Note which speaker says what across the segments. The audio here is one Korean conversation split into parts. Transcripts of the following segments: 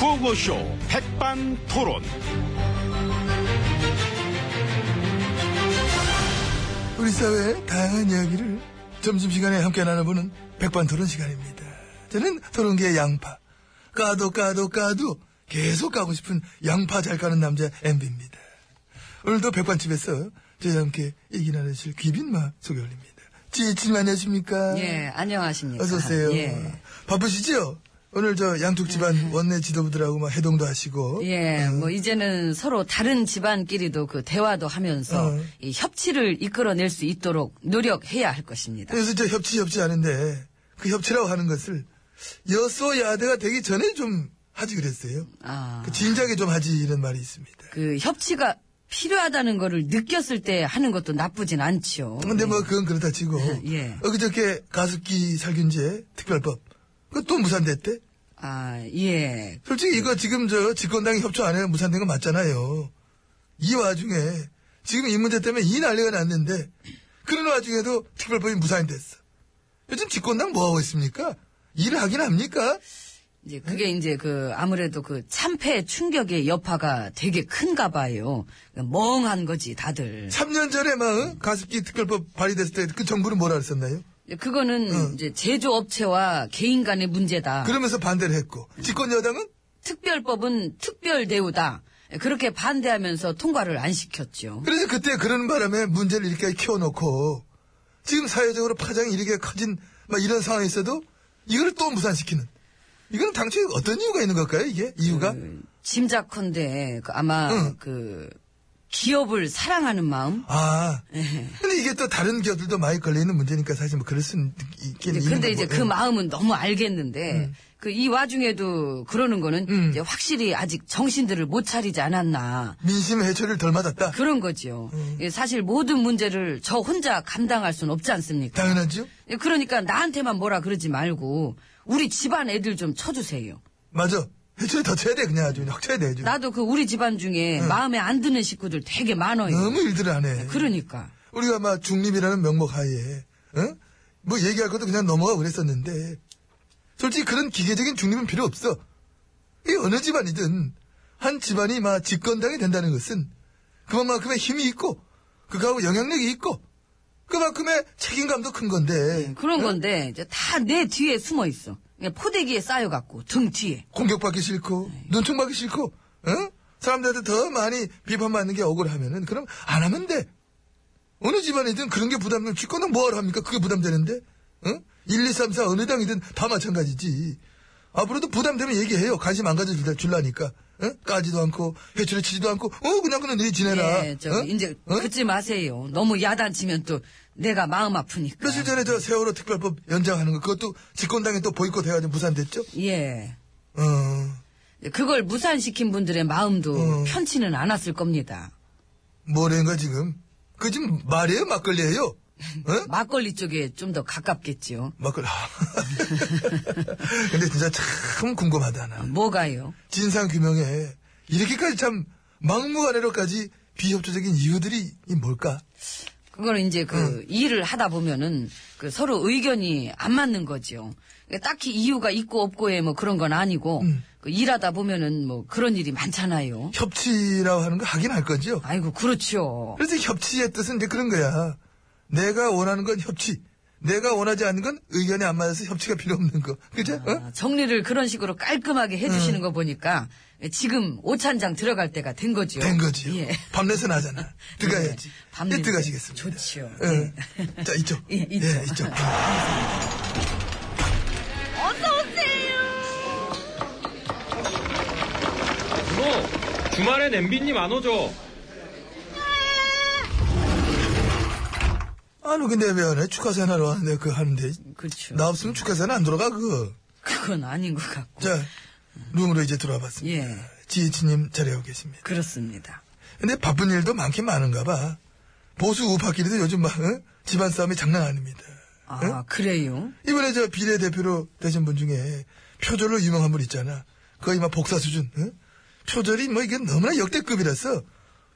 Speaker 1: 라디오쇼 백반토론.
Speaker 2: 우리 사회의 다양한 이야기를 점심시간에 함께 나눠보는 백반토론 시간입니다. 저는 토론계의 양파. 까도 까도 까도 계속 까고 싶은 양파 잘 까는 남자 MB입니다. 오늘도 백반집에서 저희와 함께 얘기 나누실 귀빈마 소개 올립니다. 지혜진님 안녕하십니까?
Speaker 3: 예, 안녕하십니까.
Speaker 2: 아, 어서오세요.
Speaker 3: 예.
Speaker 2: 바쁘시죠? 오늘 저 양쪽 집안 원내 지도부들하고 막 해동도 하시고.
Speaker 3: 예,
Speaker 2: 어,
Speaker 3: 뭐, 이제는 서로 다른 집안끼리도 그 대화도 하면서
Speaker 2: 어.
Speaker 3: 이 협치를 이끌어낼 수 있도록 노력해야 할 것입니다.
Speaker 2: 그래서 저 협치 협치 하는데 그 협치라고 하는 것을 여소야대가 되기 전에 좀 하지 그랬어요.
Speaker 3: 아,
Speaker 2: 그 진작에 좀 하지 이런 말이 있습니다.
Speaker 3: 그 협치가 필요하다는 거를 느꼈을 때 하는 것도 나쁘진 않죠.
Speaker 2: 근데 뭐 그건 그렇다 치고
Speaker 3: 예.
Speaker 2: 엊그저께 가습기 살균제 특별법 그 또 무산됐대.
Speaker 3: 아, 예.
Speaker 2: 솔직히 이거 지금 저 집권당이 협조 안 해서 무산된 거 맞잖아요. 이 와중에 지금 이 문제 때문에 이 난리가 났는데 그런 와중에도 특별법이 무산됐어. 요즘 집권당 뭐 하고 있습니까? 일을 하긴 합니까? 네.
Speaker 3: 이제 그게 이제 그 아무래도 그 참패 충격의 여파가 되게 큰가 봐요. 멍한 거지, 다들.
Speaker 2: 3년 전에 막 어? 가습기 특별법 발의됐을 때 그 정부는 뭐라 그랬었나요?
Speaker 3: 그거는 이제 제조업체와 개인 간의 문제다.
Speaker 2: 네. 그러면서 반대를 했고 집권 여당은
Speaker 3: 특별법은 특별 대우다. 그렇게 반대하면서 통과를 안 시켰죠.
Speaker 2: 그래서 그때 그런 바람에 문제를 이렇게 키워놓고 지금 사회적으로 파장이 이렇게 커진 막 이런 상황에 있어도 이걸 또 무산시키는 이건 당초에 어떤 이유가 있는 걸까요 이게 이유가
Speaker 3: 음. 짐작컨대 그 아마
Speaker 2: 응.
Speaker 3: 그 기업을 사랑하는 마음.
Speaker 2: 아 근데 이게 또 다른 기업들도 많이 걸려있는 문제니까 사실 뭐 그럴 수는 있긴
Speaker 3: 이제
Speaker 2: 있는
Speaker 3: 근데 이제
Speaker 2: 거고.
Speaker 3: 그
Speaker 2: 응.
Speaker 3: 마음은 너무 알겠는데 그 이 와중에도 그러는 거는
Speaker 2: 음.
Speaker 3: 이제 확실히 아직 정신들을 못 차리지 않았나.
Speaker 2: 예. 민심 해초를 덜 맞았다
Speaker 3: 그런 거지요.
Speaker 2: 음.
Speaker 3: 예, 사실 모든 문제를 저 혼자 감당할 순 없지 않습니까?
Speaker 2: 당연하죠
Speaker 3: 예, 그러니까 나한테만 뭐라 그러지 말고 우리 집안 애들 좀 쳐주세요.
Speaker 2: 맞아 해초를 더 쳐야 돼 그냥 아주 그냥 확 쳐야 돼 아주
Speaker 3: 나도 그 우리 집안 중에 마음에 안 드는 식구들 되게 많아요.
Speaker 2: 너무 일들을 안해
Speaker 3: 그러니까.
Speaker 2: 우리가 막 중립이라는 명목 하에, 응? 뭐 얘기할 것도 그냥 넘어가고 그랬었는데, 솔직히 그런 기계적인 중립은 필요 없어. 이 어느 집안이든, 한 집안이 막 집권당이 된다는 것은, 그만큼의 힘이 있고, 그거하고 영향력이 있고, 그만큼의 책임감도 큰 건데,
Speaker 3: 네, 그런 건데 이제 다 내 뒤에 숨어 있어. 그냥 포대기에 쌓여갖고 등 뒤에.
Speaker 2: 공격받기 싫고, 눈총받기 싫고, 응? 사람들한테 더 많이 비판받는 게 억울하면은, 그럼 안 하면 돼. 어느 집안이든 그런 게 부담되면 집권은 뭐하러 합니까? 그게 부담되는데? 응? 1, 2, 3, 4 어느 당이든 다 마찬가지지. 앞으로도 부담되면 얘기해요. 관심 안 가져줄라, 줄라니까. 응? 까지도 않고, 회초리 치지도 않고, 어, 그냥 그냥 내 지내라. 어?
Speaker 3: 예, 저
Speaker 2: 응?
Speaker 3: 이제
Speaker 2: 응?
Speaker 3: 그지 마세요. 너무 야단치면 또 내가 마음 아프니까.
Speaker 2: 며칠 전에 저 세월호 특별법 연장하는 거, 그것도 집권당에 또 보이콧 해가지고 무산됐죠?
Speaker 3: 예.
Speaker 2: 어,
Speaker 3: 그걸 무산시킨 분들의 마음도
Speaker 2: 음.
Speaker 3: 편치는 않았을 겁니다.
Speaker 2: 뭐래인가 지금? 그 지금 말이에요? 막걸리에요? 응?
Speaker 3: 막걸리 쪽에 좀 더 가깝겠지요.
Speaker 2: 막걸리. 아. 근데 진짜 참 궁금하다, 나.
Speaker 3: 뭐가요?
Speaker 2: 진상 규명에 이렇게까지 참 막무가내로까지 비협조적인 이유들이 이 뭘까?
Speaker 3: 그거는 이제 그
Speaker 2: 음.
Speaker 3: 일을 하다 보면은 그 서로 의견이 안 맞는 거죠. 그러니까 딱히 이유가 있고 없고에 뭐 그런 건 아니고
Speaker 2: 음.
Speaker 3: 그 일하다 보면은 뭐 그런 일이 많잖아요.
Speaker 2: 협치라고 하는 거 하긴 할 거죠.
Speaker 3: 아이고 그렇죠.
Speaker 2: 그래서 협치의 뜻은 이제 그런 거야. 내가 원하는 건 협치. 내가 원하지 않는 건 의견이 안 맞아서 협치가 필요 없는 거. 그죠? 어?
Speaker 3: 아, 정리를 그런 식으로 깔끔하게
Speaker 2: 음.
Speaker 3: 해주시는 거 보니까 지금 오찬장 들어갈 때가 된 거죠.
Speaker 2: 된 거지요.
Speaker 3: 예.
Speaker 2: 밤내서 나잖아. 들어가야지.
Speaker 3: 네. 밤
Speaker 2: 예,
Speaker 3: 냄새.
Speaker 2: 들어가시겠습니다.
Speaker 3: 좋지요.
Speaker 2: 예.
Speaker 3: 네.
Speaker 2: 자, 이쪽.
Speaker 3: 예, 이쪽.
Speaker 2: 예, 이쪽.
Speaker 4: 뭐 주말에 냄비님 안 오죠?
Speaker 2: 아니, 근데 왜 안 해? 축하사 하러 왔는데 그거 하는데.
Speaker 3: 그렇죠.
Speaker 2: 나 없으면 축하사는 안 돌아가, 그거.
Speaker 3: 그건 아닌 것 같고.
Speaker 2: 자, 룸으로 이제 들어와 봤습니다.
Speaker 3: 음. 예.
Speaker 2: 지혜치님 자리하고 계십니다.
Speaker 3: 그렇습니다.
Speaker 2: 근데 바쁜 일도 많긴 많은가 봐. 보수 우파끼리도 요즘 막, 어? 집안 싸움이 장난 아닙니다.
Speaker 3: 아
Speaker 2: 어?
Speaker 3: 그래요?
Speaker 2: 이번에 저 비례대표로 되신 분 중에 표절로 유명한 분 있잖아. 거의 막 복사 수준, 어? 표절이 뭐 이게 너무나 역대급이라서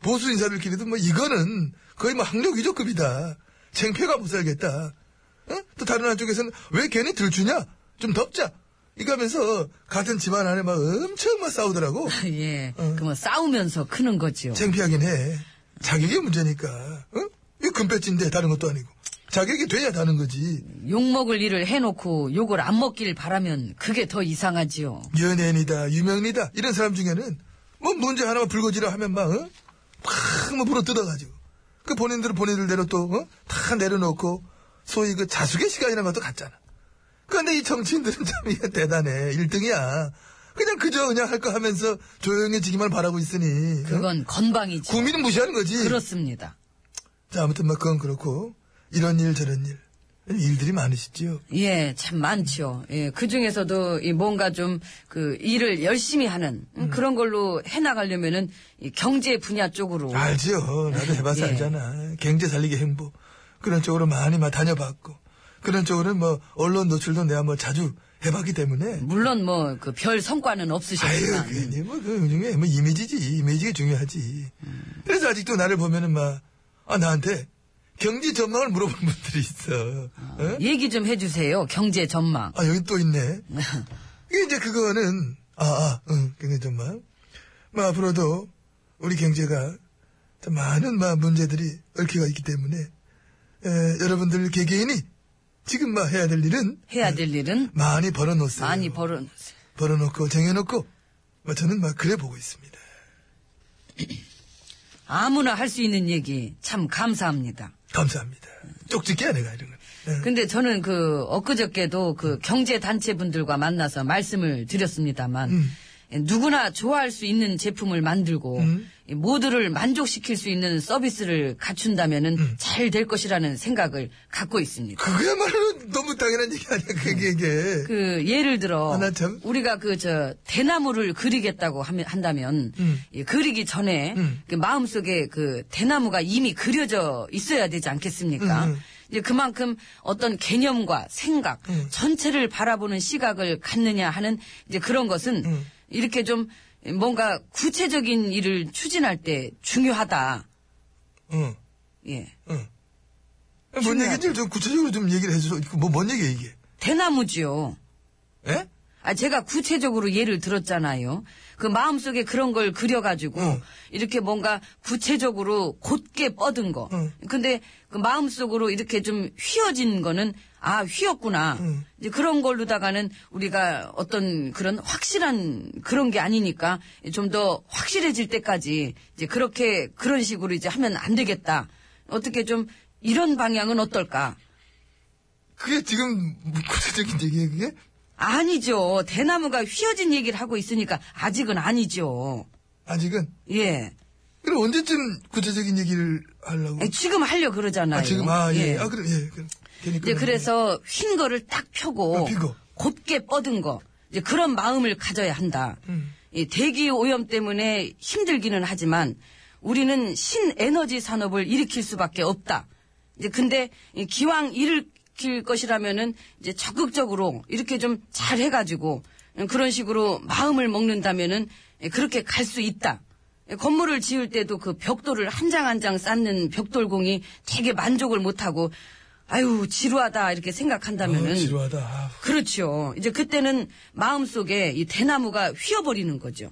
Speaker 2: 보수 인사들끼리도 뭐 이거는 거의 뭐 학력 위조급이다. 쟁패가 못 살겠다. 어? 또 다른 한쪽에서는 왜 걔네 들추냐? 좀 덮자. 이가면서 같은 집안 안에 막 엄청 막 싸우더라고.
Speaker 3: 예.
Speaker 2: 어.
Speaker 3: 그뭐 싸우면서 크는 거지요.
Speaker 2: 창피하긴 해. 자격이 문제니까. 응? 이거 금패찌인데 다른 것도 아니고. 자격이 돼야 다는 거지.
Speaker 3: 욕먹을 일을 해놓고 욕을 안 먹길 바라면 그게 더 이상하지요.
Speaker 2: 연예인이다, 유명인이다, 이런 사람 중에는, 뭐, 문제 하나만 불거지라 하면 막, 어? 팍, 뭐, 불어 뜯어가지고. 그 본인들은 본인들 대로 또, 어? 다 내려놓고, 소위 그 자숙의 시간이라는 것도 같잖아. 그런데 이 정치인들은 참 이게 대단해. 1등이야. 그냥 그저 그냥 할 거 하면서 조용해지기만 바라고 있으니. 어?
Speaker 3: 그건 건방이지.
Speaker 2: 국민은 무시하는 거지.
Speaker 3: 그렇습니다.
Speaker 2: 자, 아무튼 막 그건 그렇고, 이런 일, 저런 일. 일들이 많으시지요.
Speaker 3: 예, 참 많죠. 예, 그 중에서도 이 뭔가 좀 그 일을 열심히 하는 음, 그런 걸로 해나가려면은 이 경제 분야 쪽으로
Speaker 2: 알죠. 나도 해봐서
Speaker 3: 예.
Speaker 2: 알잖아. 경제 살리기 행보. 그런 쪽으로 많이 막 다녀봤고. 그런 쪽으로는 뭐, 언론 노출도 내가 뭐 자주 해봤기 때문에.
Speaker 3: 물론 뭐 그 별 성과는
Speaker 2: 아유,
Speaker 3: 없으셨지만
Speaker 2: 괜히 뭐, 그, 요즘에 뭐, 이미지지. 이미지가 중요하지.
Speaker 3: 음.
Speaker 2: 그래서 아직도 나를 보면은 막, 아, 나한테 경제 전망을 물어본 분들이 있어.
Speaker 3: 아,
Speaker 2: 어?
Speaker 3: 얘기 좀 해주세요. 경제 전망.
Speaker 2: 아, 여기 또 있네. 이게 이제 그거는, 아, 아, 응, 굉장히 정말. 뭐, 앞으로도 우리 경제가 참 많은 막 문제들이 얽혀가 있기 때문에, 에, 여러분들 개개인이 지금 막 해야 될 일은
Speaker 3: 해야 될 일은
Speaker 2: 많이 벌어놓으세요.
Speaker 3: 많이 벌은
Speaker 2: 벌어놓고 정해놓고, 뭐 저는 막 그래 보고 있습니다.
Speaker 3: 아무나 할 수 있는 얘기 참 감사합니다.
Speaker 2: 감사합니다. 쪽집게야, 내가 이런 건. 예.
Speaker 3: 근데 저는 그 엊그저께도 그 경제 단체 분들과 만나서 말씀을 드렸습니다만 예, 누구나 좋아할 수 있는 제품을 만들고 이 모두를 만족시킬 수 있는 서비스를 갖춘다면은 잘 될 것이라는 생각을 갖고 있습니다.
Speaker 2: 그거야말로 너무 당연한 얘기 아니야, 그게, 이게.
Speaker 3: 그 예를 들어
Speaker 2: 아, 나 참-
Speaker 3: 우리가 그 저 대나무를 그리겠다고 하면 한다면
Speaker 2: 음.
Speaker 3: 이 그리기 전에
Speaker 2: 음.
Speaker 3: 그 마음속에 그 대나무가 이미 그려져 있어야 되지 않겠습니까?
Speaker 2: 음, 음.
Speaker 3: 이제 그만큼 어떤 개념과 생각
Speaker 2: 음.
Speaker 3: 전체를 바라보는 시각을 갖느냐 하는 이제 그런 것은
Speaker 2: 음.
Speaker 3: 이렇게 좀 뭔가 구체적인 일을 추진할 때 중요하다.
Speaker 2: 응,
Speaker 3: 예.
Speaker 2: 응. 뭔
Speaker 3: 중요하다.
Speaker 2: 아, 얘기인지 좀 구체적으로 좀 얘기를 해줘. 뭐, 뭔 얘기야, 이게?
Speaker 3: 대나무지요.
Speaker 2: 예?
Speaker 3: 아, 제가 구체적으로 예를 들었잖아요. 그 마음속에 그런 걸 그려가지고,
Speaker 2: 응.
Speaker 3: 이렇게 뭔가 구체적으로 곧게 뻗은 거.
Speaker 2: 응.
Speaker 3: 근데 그 마음속으로 이렇게 좀 휘어진 거는, 아, 휘었구나.
Speaker 2: 응.
Speaker 3: 이제 그런 걸로다가는 우리가 어떤 그런 확실한 그런 게 아니니까 좀 더 확실해질 때까지 이제 그렇게 그런 식으로 이제 하면 안 되겠다. 어떻게 좀 이런 방향은 어떨까?
Speaker 2: 그게 지금 뭐 구체적인 얘기예요, 그게?
Speaker 3: 아니죠. 대나무가 휘어진 얘기를 하고 있으니까 아직은 아니죠.
Speaker 2: 아직은.
Speaker 3: 예.
Speaker 2: 그럼 언제쯤 구체적인 얘기를 하려고?
Speaker 3: 아니, 예, 지금 하려 그러잖아요.
Speaker 2: 아, 지금, 아, 예. 아, 그럼, 예. 그럼. 괜히
Speaker 3: 이제
Speaker 2: 끊었네.
Speaker 3: 그래서 휜 거를 딱 펴고
Speaker 2: 아, 펴고.
Speaker 3: 곧게 뻗은 거. 이제 그런 마음을 가져야 한다. 이 대기 오염 때문에 힘들기는 하지만 우리는 신에너지 산업을 일으킬 수밖에 없다. 이제 근데 이 기왕 일으킬 것이라면은 이제 적극적으로 이렇게 좀 잘 해가지고 그런 식으로 마음을 먹는다면은 그렇게 갈 수 있다. 건물을 지을 때도 그 벽돌을 한 장 한 장 쌓는 벽돌공이 되게 만족을 못하고 아유 지루하다 이렇게 생각한다면은
Speaker 2: 아, 지루하다. 아,
Speaker 3: 그렇죠. 이제 그때는 마음속에 이 대나무가 휘어버리는 거죠.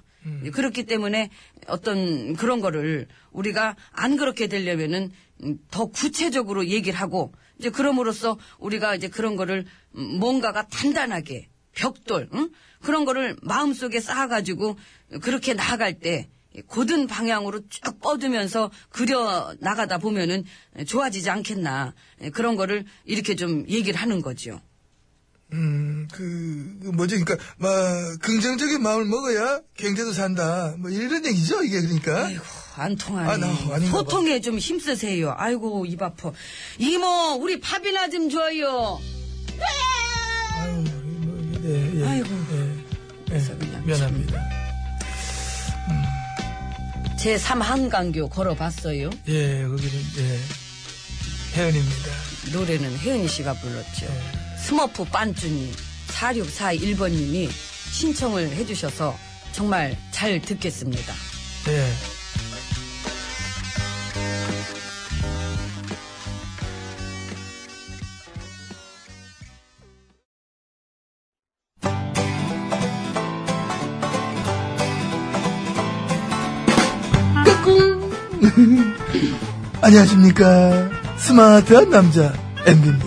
Speaker 3: 그렇기 때문에 어떤 그런 거를 우리가 안 그렇게 되려면은 음, 더 구체적으로 얘기를 하고 이제 그럼으로써 우리가 이제 그런 거를 음, 뭔가가 단단하게 벽돌 응? 그런 거를 마음속에 쌓아가지고 그렇게 나아갈 때 고든 방향으로 쭉 뻗으면서 그려 나가다 보면은 좋아지지 않겠나 그런 거를 이렇게 좀 얘기를 하는 거죠.
Speaker 2: 음, 그, 그 뭐지, 그니까, 막, 긍정적인 마음을 먹어야 경제도 산다. 뭐, 이런 얘기죠, 이게, 그러니까.
Speaker 3: 아이고, 안 통하네.
Speaker 2: 아, 나 아닌가 봐.
Speaker 3: 소통에 좀 힘쓰세요. 아이고, 입 아파. 이모, 우리 밥이나 좀 줘요.
Speaker 2: 아유, 뭐, 예, 예.
Speaker 3: 아이고.
Speaker 2: 예,
Speaker 3: 그래서 그냥
Speaker 2: 미안합니다.
Speaker 3: 제 삼 한강교 걸어봤어요.
Speaker 2: 예, 거기는, 예. 혜연입니다.
Speaker 3: 노래는 혜은이 씨가 불렀죠.
Speaker 2: 예.
Speaker 3: 스머프 빤쭈님, 4641번님이 신청을 해주셔서 정말 잘 듣겠습니다.
Speaker 2: 예. 안녕하십니까. 스마트한 남자, MB입니다.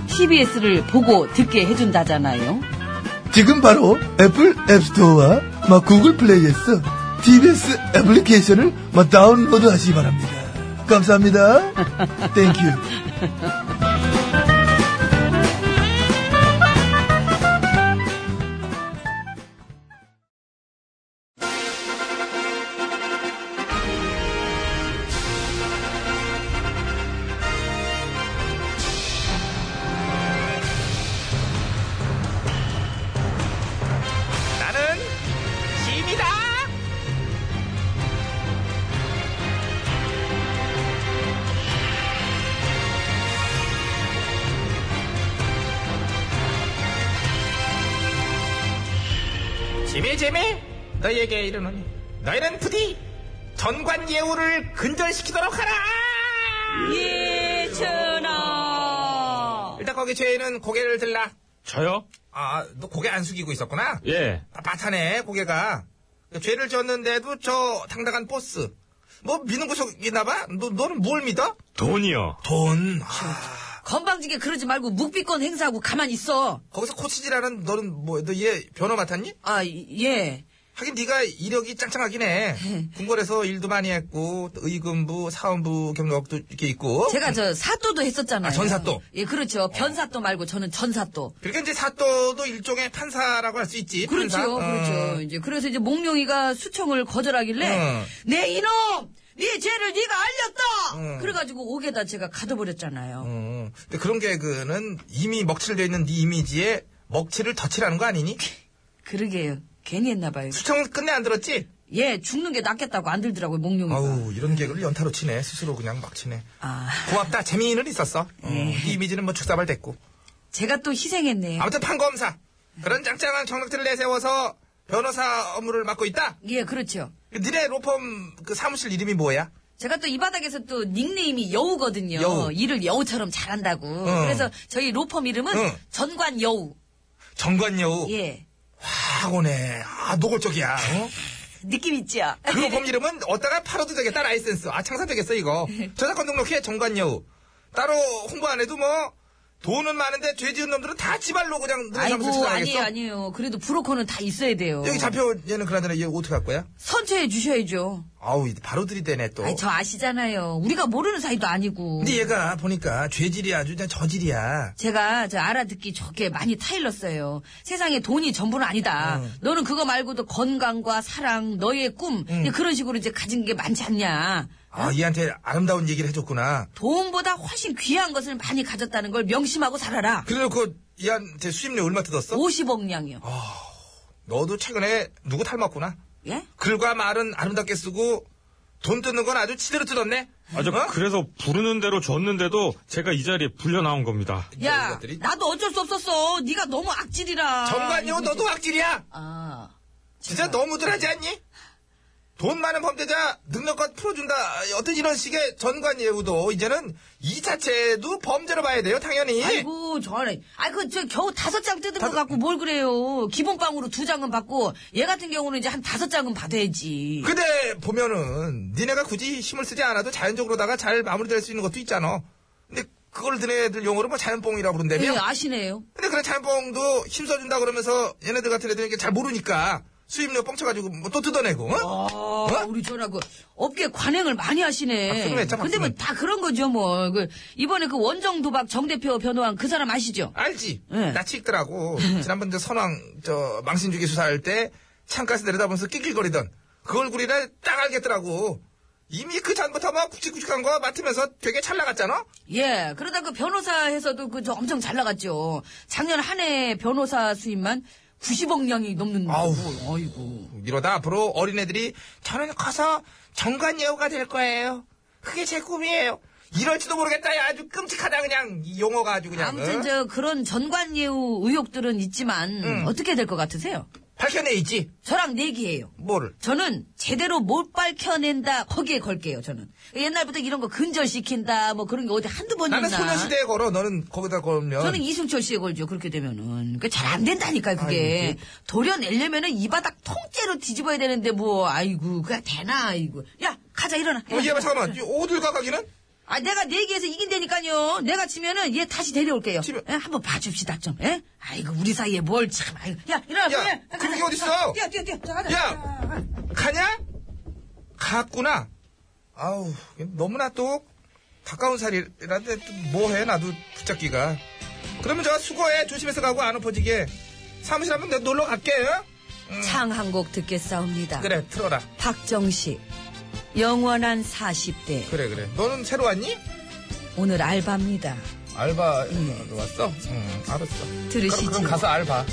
Speaker 3: TBS를 보고 듣게 해준다잖아요.
Speaker 2: 지금 바로 애플 앱스토어와 막 구글 플레이에서 TBS 애플리케이션을 막 다운로드 하시기 바랍니다. 감사합니다. 땡큐.
Speaker 1: 나는 짐이다. 짐이 짐이 너희에게 이르노니 너희는 부디 전관 예우를 근절시키도록 하라.
Speaker 3: 예천아.
Speaker 1: 일단 거기 죄인은 고개를 들라.
Speaker 4: 저요?
Speaker 1: 아, 너 고개 안 숙이고 있었구나.
Speaker 4: 예.
Speaker 1: 아, 빠타네 고개가 죄를 지었는데도 저 당당한 보스 뭐 믿는 구석이나 봐? 너, 너는 뭘 믿어?
Speaker 4: 돈이요.
Speaker 1: 돈 아,
Speaker 3: 건방지게 그러지 말고 묵비권 행사하고 가만히 있어.
Speaker 1: 거기서 코치질하는 너는 뭐너얘 변호 맡았니?
Speaker 3: 아, 예.
Speaker 1: 하긴 네가 이력이 짱짱하긴 해 궁궐에서 일도 많이 했고 또 의금부 사원부 경력도 이렇게 있고
Speaker 3: 제가 저 사또도 했었잖아요.
Speaker 1: 아, 전사또.
Speaker 3: 예, 그렇죠. 변사또 말고 저는 전사또.
Speaker 1: 그러니까 이제 사또도 일종의 판사라고 할 수 있지
Speaker 3: 그렇죠,
Speaker 1: 판사. 어.
Speaker 3: 그렇죠. 이제 그래서 이제 몽룡이가 수청을 거절하길래
Speaker 1: 어.
Speaker 3: 내 이놈, 네 죄를 네가 알렸다.
Speaker 1: 음.
Speaker 3: 그래가지고 옥에다 제가 가둬버렸잖아요.
Speaker 1: 어. 근데 그런 개그는 이미 먹칠되어 있는 네 이미지에 먹칠을 덧칠하는 거 아니니?
Speaker 3: 그러게요. 괜히 했나봐요.
Speaker 1: 수청은 끝내 안 들었지?
Speaker 3: 예, 죽는 게 낫겠다고 안 들더라고요, 몽룡이가.
Speaker 1: 아우 이런 개그를 연타로 치네 스스로 그냥 막 치네
Speaker 3: 아,
Speaker 1: 고맙다 재미는 있었어 어,
Speaker 3: 예.
Speaker 1: 네 이미지는 뭐 축사발 됐고
Speaker 3: 제가 또 희생했네요.
Speaker 1: 아무튼 판검사 그런 짱짱한 경력들을 내세워서 변호사 업무를 맡고 있다
Speaker 3: 예, 그렇죠.
Speaker 1: 니네 로펌 그 사무실 이름이 뭐야?
Speaker 3: 제가 또 이 바닥에서 또 닉네임이 여우거든요.
Speaker 1: 여우. 어.
Speaker 3: 일을 여우처럼 잘한다고. 그래서 저희 로펌 이름은
Speaker 1: 응.
Speaker 3: 전관 여우.
Speaker 1: 정관여우
Speaker 3: 예.
Speaker 1: 하고네 아 노골적이야 어?
Speaker 3: 느낌 있죠?
Speaker 1: 그 로펌 이름은 어디다가 팔아도 되겠다 라이센스 아 창사되겠어 이거 저작권 등록해 정관여우 따로 홍보 안 해도 뭐 돈은 많은데 죄 지은 놈들은 다 지발로 그냥 눈에 잡아서
Speaker 3: 아이고, 아니에요,
Speaker 1: 찾아가겠어
Speaker 3: 아니에요. 그래도 브로커는 다 있어야 돼요.
Speaker 1: 여기 잡혀 얘는 그나저나 얘 어떻게 할 거야?
Speaker 3: 선처해 주셔야죠.
Speaker 1: 아우 이 바로 들이대네 또.
Speaker 3: 아니, 저 아시잖아요. 우리가 모르는 사이도 아니고.
Speaker 1: 근데 얘가 보니까 죄질이 아주 그냥 저질이야.
Speaker 3: 제가 저 알아듣기 좋게 많이 타일렀어요. 세상에 돈이 전부는 아니다.
Speaker 1: 음.
Speaker 3: 너는 그거 말고도 건강과 사랑, 너의 꿈
Speaker 1: 음.
Speaker 3: 이제 그런 식으로 이제 가진 게 많지 않냐.
Speaker 1: 아 얘한테 아름다운 얘기를 해줬구나.
Speaker 3: 돈보다 훨씬 귀한 것을 많이 가졌다는 걸 명심하고 살아라.
Speaker 1: 그래놓고 얘한테 수입료 얼마 뜯었어?
Speaker 3: 50억 량이요.
Speaker 1: 아. 너도 최근에 누구 닮았구나.
Speaker 3: 예?
Speaker 1: 글과 말은 아름답게 쓰고 돈 뜯는 건 아주 치대로 뜯었네.
Speaker 4: 아, 저
Speaker 1: 어?
Speaker 4: 그래서 부르는 대로 줬는데도 제가 이 자리에 불려 나온 겁니다.
Speaker 3: 야,
Speaker 1: 것들이.
Speaker 3: 나도 어쩔 수 없었어. 네가 너무 악질이라.
Speaker 1: 정관용 너도 악질이야.
Speaker 3: 아,
Speaker 1: 진짜 너무들 하지 않니? 돈 많은 범죄자 능력껏 풀어준다. 어떤 이런 식의 전관예우도 이제는 이 자체도 범죄로 봐야 돼요 당연히.
Speaker 3: 아이고 저래. 아이 그저 겨우 다섯 장 뜯은 것 같고 뭘 그래요. 기본 빵으로 두 장은 받고 얘 같은 경우는 이제 한 다섯 장은 받아야지.
Speaker 1: 근데 보면은 니네가 굳이 힘을 쓰지 않아도 자연적으로다가 잘 마무리될 수 있는 것도 있잖아. 근데 그걸 드네들 용어로 뭐 자연뽕이라고
Speaker 3: 예,
Speaker 1: 부른다며?
Speaker 3: 아시네요.
Speaker 1: 근데 그런 자연뽕도 힘써준다 그러면서 얘네들 같은 애들은 이게 잘 모르니까 수입료 뻥쳐가지고 뭐 또 뜯어내고. 어?
Speaker 3: 아, 우리 전하고 업계 관행을 많이 하시네.
Speaker 1: 박수는 했잖아,
Speaker 3: 근데 뭐
Speaker 1: 박수는.
Speaker 3: 다 그런 거죠 뭐. 그 이번에 그 원정 도박 정 대표 변호한 그 사람 아시죠?
Speaker 1: 알지?
Speaker 3: 예.
Speaker 1: 낯이 익더라고. 지난번 저 선왕 저 망신주기 수사할 때 창가에서 내려다보면서 낄낄거리던 그 얼굴이라 딱 알겠더라고. 이미 그 전부터 막 굵직굵직한 거 맡으면서 되게 잘 나갔잖아?
Speaker 3: 예. 그러다 그 변호사에서도 그 저 엄청 잘 나갔죠. 작년 한 해 변호사 수입만 90억 량이 넘는
Speaker 1: 아우.
Speaker 3: 거고. 아이고.
Speaker 1: 이러다 앞으로 어린애들이 저는 커서 정관예우가 될 거예요. 그게 제 꿈이에요. 이럴지도 모르겠다. 야, 아주 끔찍하다 그냥 이 용어가 아주 그냥.
Speaker 3: 아무튼
Speaker 1: 어?
Speaker 3: 저 그런 전관 예우 의혹들은 있지만
Speaker 1: 음.
Speaker 3: 어떻게 될 것 같으세요?
Speaker 1: 밝혀내 있지.
Speaker 3: 저랑 내기해요.
Speaker 1: 뭐를?
Speaker 3: 저는 제대로 못 밝혀낸다 거기에 걸게요. 저는 옛날부터 이런 거 근절시킨다 뭐 그런 게 어디 한두 번
Speaker 1: 나는
Speaker 3: 있나?
Speaker 1: 소녀시대에 걸어. 너는 거기다 걸면.
Speaker 3: 저는 이승철 씨에 걸죠. 그렇게 되면은 그 잘 안 된다니까 그게 도려내려면은 이 바닥 통째로 뒤집어야 되는데 뭐 아이고 그게 되나 아이고 야 가자 일어나.
Speaker 1: 어, 얘봐 잠깐만. 이 오들과 가기는?
Speaker 3: 아 내가 내기해서 이긴다니까요. 내가 치면은 얘 다시 데려올게요.
Speaker 1: 집에-
Speaker 3: 예, 한번 봐줍시다 좀. 예? 아이고 우리 사이에 뭘 참. 아이고. 야 일어나.
Speaker 1: 야,
Speaker 3: 빨리.
Speaker 1: 그런 게
Speaker 3: 가자.
Speaker 1: 어딨어?
Speaker 3: 뛰어 뛰어 뛰어. 자, 가자.
Speaker 1: 야! 가냐? 갔구나. 아우, 너무나 또 가까운 살이라는데 또 뭐해, 나도 붙잡기가. 그러면 저 수고해. 조심해서 가고 안 엎어지게. 사무실 한번 내가 놀러 갈게. 어?
Speaker 3: 창 한 곡 듣겠사옵니다.
Speaker 1: 그래, 틀어라.
Speaker 3: 박정식 영원한 40대
Speaker 1: 그래, 그래. 너는 새로 왔니?
Speaker 3: 오늘 알바입니다.
Speaker 1: 알바 왔어? 응, 알았어.
Speaker 3: 들으시지요.
Speaker 1: 그럼, 그럼 가서 알바.